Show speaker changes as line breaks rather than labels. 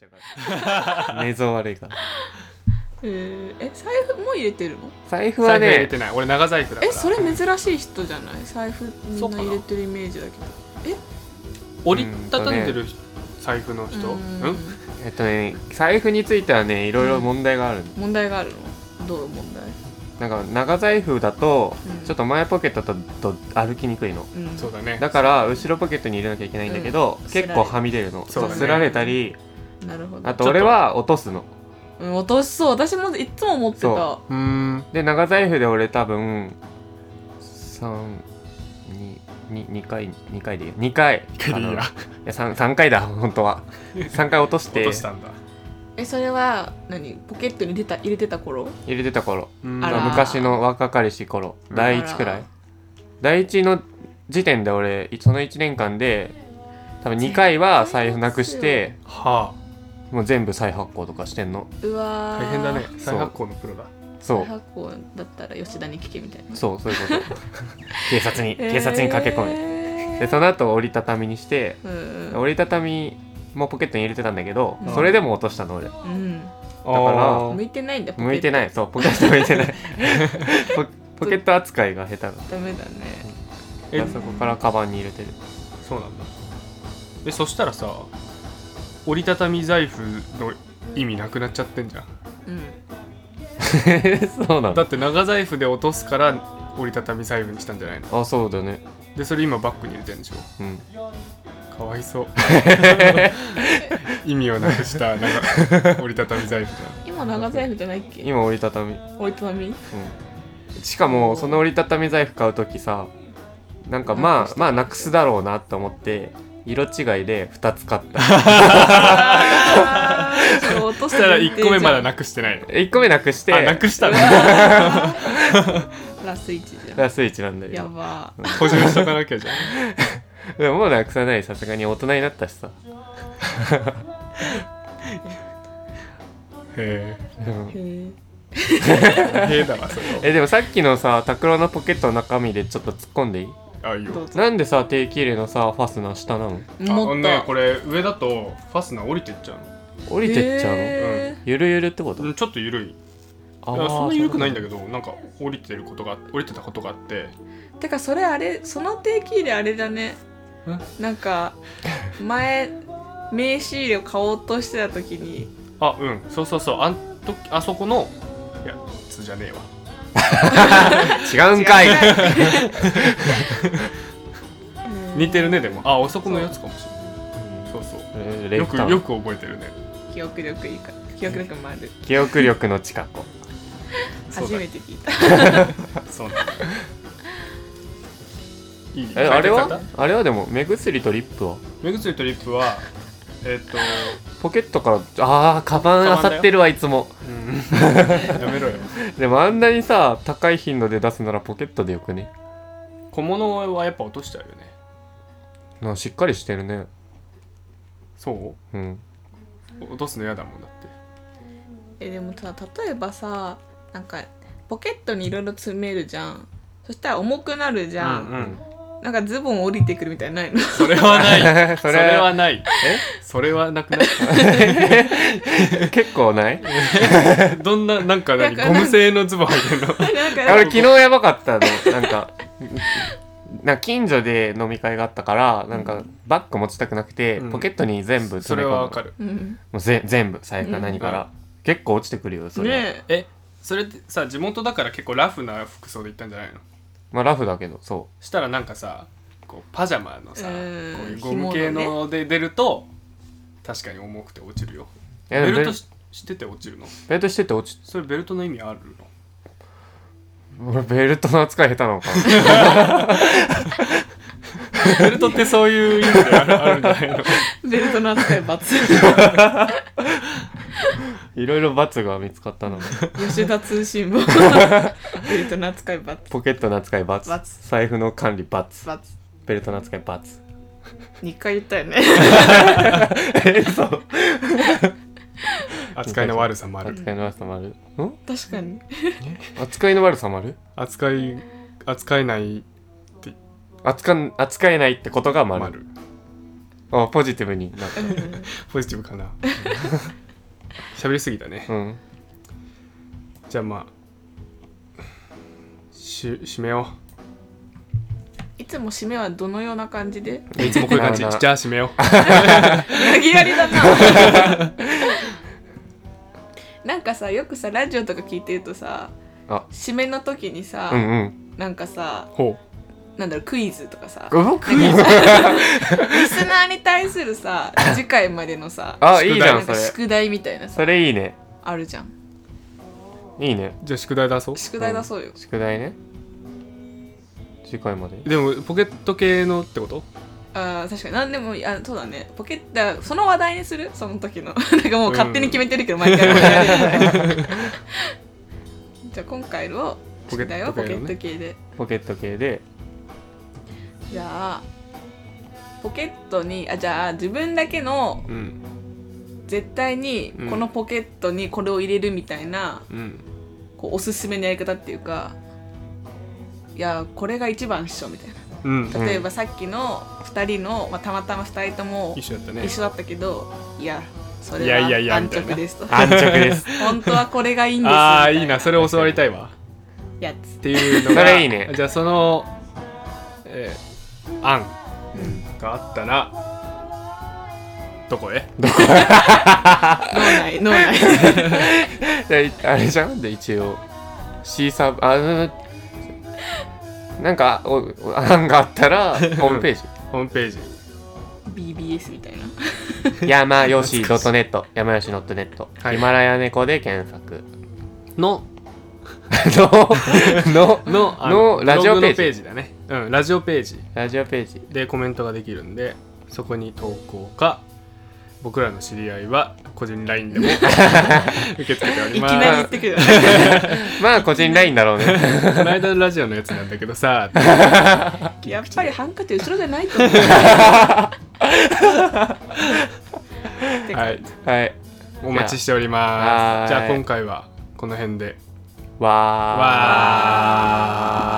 内臓悪いから
えー、え財布も入れてるの
財布は
財布入れ
ね
てない俺長財布だから
えそれ珍しい人じゃない財布み
そうんか
な
な
入れてるイメージだけど
折りたたんでる財布の人う、
うんーん
えっとね財布についてはねいろいろ問題がある、
問題があるのどういう問題、
なんか長財布だと
うん
ちょっと前ポケットだと歩きにくいの
うん、
そうだね
だから後ろポケットに入れなきゃいけないんだけど、
うん
結構はみ出るの
そうだね
すられたり
なるほど
あと俺は落とすの
うん、落としそう私もいつも思ってた
そう
ーん
で長財布で俺多分322回2回でいいよ2回
ケリー
あ
が
のいや 3, 3回だ本当は3回落とし
落
て
としたんだ
えそれは何ポケットに入れた入れてた頃
入れてた頃
うん
あら
昔の若かりし頃
うん
第1くらい第1の時点で俺その1年間で多分2回は財布なくして
は
もう全部再発行とかしてんの
うわ
あ
ー
大変だね
う
再発行のプロだ
そ
発行だったら吉田に聞けみたいな
うそうそういう こと警察に
え ー
警察に駆け込め、でその後折りたたみにして
うんうん
折りたたみもポケットに入れてたんだけど、
うん
それでも落としたの俺
うん
ら
あ
向
ー
いてないんだ
向いてないそうポケット向いてない ポポケット扱いが下手な
ダメだね
え
そこからカバンに入れてる
そうなんだえそしたらさ折りたたみ財布の意味なくなっちゃってんじゃん
うん
そうなの
だって長財布で落とすから折りたたみ財布にしたんじゃないの
あそうだね
でそれ今バッグに入れてるんでしょ
うん
かわいそう意味をなくしたなんか折りたたみ財布じ
今長財布じゃないっけ
今折りたたみ、う
折りたたみ
ん、しかもその折りたたみ財布買う時さなんか
なく
ま
し
あ
た
まあなくすだろうなと思って色違いで2つ買った
あーそれ落と
ゃん
し
そしたら1個目まだ
な
なくしてないの
1個目なくして
あなくしたの
ラスイチじゃ
ラスイチなんだ
んや
よ
ば
補充しとかなきゃじゃん
でももうなくさないさすがに大人になったしさ、
へ
うん
へー
えへえだわそれ
えでもさっきのさ拓郎のポケットの中身でちょっと突っ込んでいい
あいいよ
どうぞ
なんでさ定期入れのさファスナー下なの
あ
もっ
ね
と
これ上だとファスナー降りてっちゃう
降りてっちゃうの、
へー
ゆるゆるってこと
のうんちょっと緩いい
あ
やそんな緩くないんだ
け
けどなんか降りてることが降りてたことがあって
てかそれあれその定期入れあれだねなんか前名刺入れを買おうとしてた時に
あうんそうそうそうあんとあそこのいやつじゃねえわ
ど違うんかい
似てるねでもああそこのやつかもしれないそうそう
うんレ
よ
フ
く
ター
よく覚えてるね
記憶力いいから記憶力もある
記憶力の近く
そう
初
だ
めて聞いた
そうなんだいい
えあれ
解
は
決さ
あれはでも目薬とリップは
た目薬とリップはえっと
ポケットからあーカバンあ
カバンだよ
さってるわいつも
うん やめろよ
でもあんなにさ高い頻度で出すならポケットでよくね
小物はやっぱ落としちゃうよね
なしっかりしてるね
そ
うん
う落とすの嫌だもんだって
えでもさ例えばさなんかポケットにいろいろ詰めるじゃんそしたら重くなるじゃん、
うん
なんかズボン降りてくるみたいなのない の
それはな い
そ
そ
れ
れはない
え
それはな くなっ
結構ない
たどんななんか何
なんか
ゴム製のズボン履いてんの
なんか
あれ昨日やばかったのなんか なんか近所で飲み会があったからなんかバッグ持ちたくなくて、
うん
ポケットに全部
そ
詰
れ
め込ん
は
だ
わかる
うん
もうぜ全部財布か何から、結構落ちてくるよそれは、
ね
えそれってさ地元だから結構ラフな服装で行ったんじゃないの
まあラフだけどそ
したらなんかさこうパジャマのさ、
うん
こういうゴム系
紐
ので出ると、確かに重くて落ちるよ
ういや
ベ
でも
ル
ベ
ト
ル
ししてて落ちるの
ベルトしてて落ち
それベルトの意味あるの
俺ベルトの扱い下手なのかな
ベルトってそういう意味であるあるんじゃないの
ベルトの扱い バツ
いろいろ罰が見つかったの
吉田通 信簿ベルトの扱いバツ
ポケットの扱い罰
罰
財布の管理罰
バツ
ベルトの扱い 罰
2回言ったよね
えそう
扱いの悪さもある
扱いの悪さもあるん
確かに
扱いの悪さもある
扱い扱えない
扱ん扱えないってことがもある
もある
あポジティブになった
ポジティブかな喋りすぎたね
うん
じゃあまあし締めよ
いつも締めはどのような感じ で
ういつもこういう感じじ
なるほど
ゃあ締めよ
投げやりだななんかさよくさラジオとか聞いてるとさ
あ
締めの時にさ、
うんうん
なんかさ
うほ
なんだろうクイズとかさ
うわクイ ズ
リスナーに対す るさ次回までのさ
あいいじゃ
なんん
そ
か
れ
宿題みたいなさ
それいいね
あるじゃん
いいね
うじゃあ宿題出そう
宿題出そうよ、
宿題ね次回まで
でもポケット系のってこと
あー確かに何でもいいあそうだねポケッだからその話題にするその時の なんかもう勝手に決めてるけど、毎 回毎回じゃあ今回の
ポケ
宿題は
ッ
ポ
ト
ケ
系の
ット
ね
系で、
ポケット系で
じゃあポケットにあじゃあ自分だけの
うん
絶対に
うん
このポケットにこれを入れるみたいな、
うん
こうおすすめのやり方っていうかいやこれが一番っしょみたいな
うん
うん
例えばさっきの2人の、まあ、たまたま2人とも
一緒だったね
一緒だったけど、いやそ
い
れ
やいやい
は
や
安直ですと
安直です
本当はこれがいいんです
ああ
みた
いいなそれ教わりたいわ
や
っていうのが
それいいね
じゃあその、えー案
つ、うん、
があったらどこへ
脳内脳内
であれじゃんで一応シーサーあうんなんかおお案があったら ホームページ
ホームページ
BBS みたいな
山よし .net 山よし .net、
はい
ヒマラヤ猫で検索
の
のの
のあ
のラジオ
ブロ
ページ
グのページだねうんラジオページ
ラジオページ
でコメントができるんでそこに投稿か僕らの知り合いは個人 LINE でも受け付けてお
いき
りま
な
す
り言ってくるは
まあ個人ラインだろう ね
この間のラジオのやつなんだけどさ
いやっぱりハンカチ後ろじゃないと 思う ってか
はい
はい
お待ちしておりま
はーい
すじゃあ今回はこの辺で
わー
わー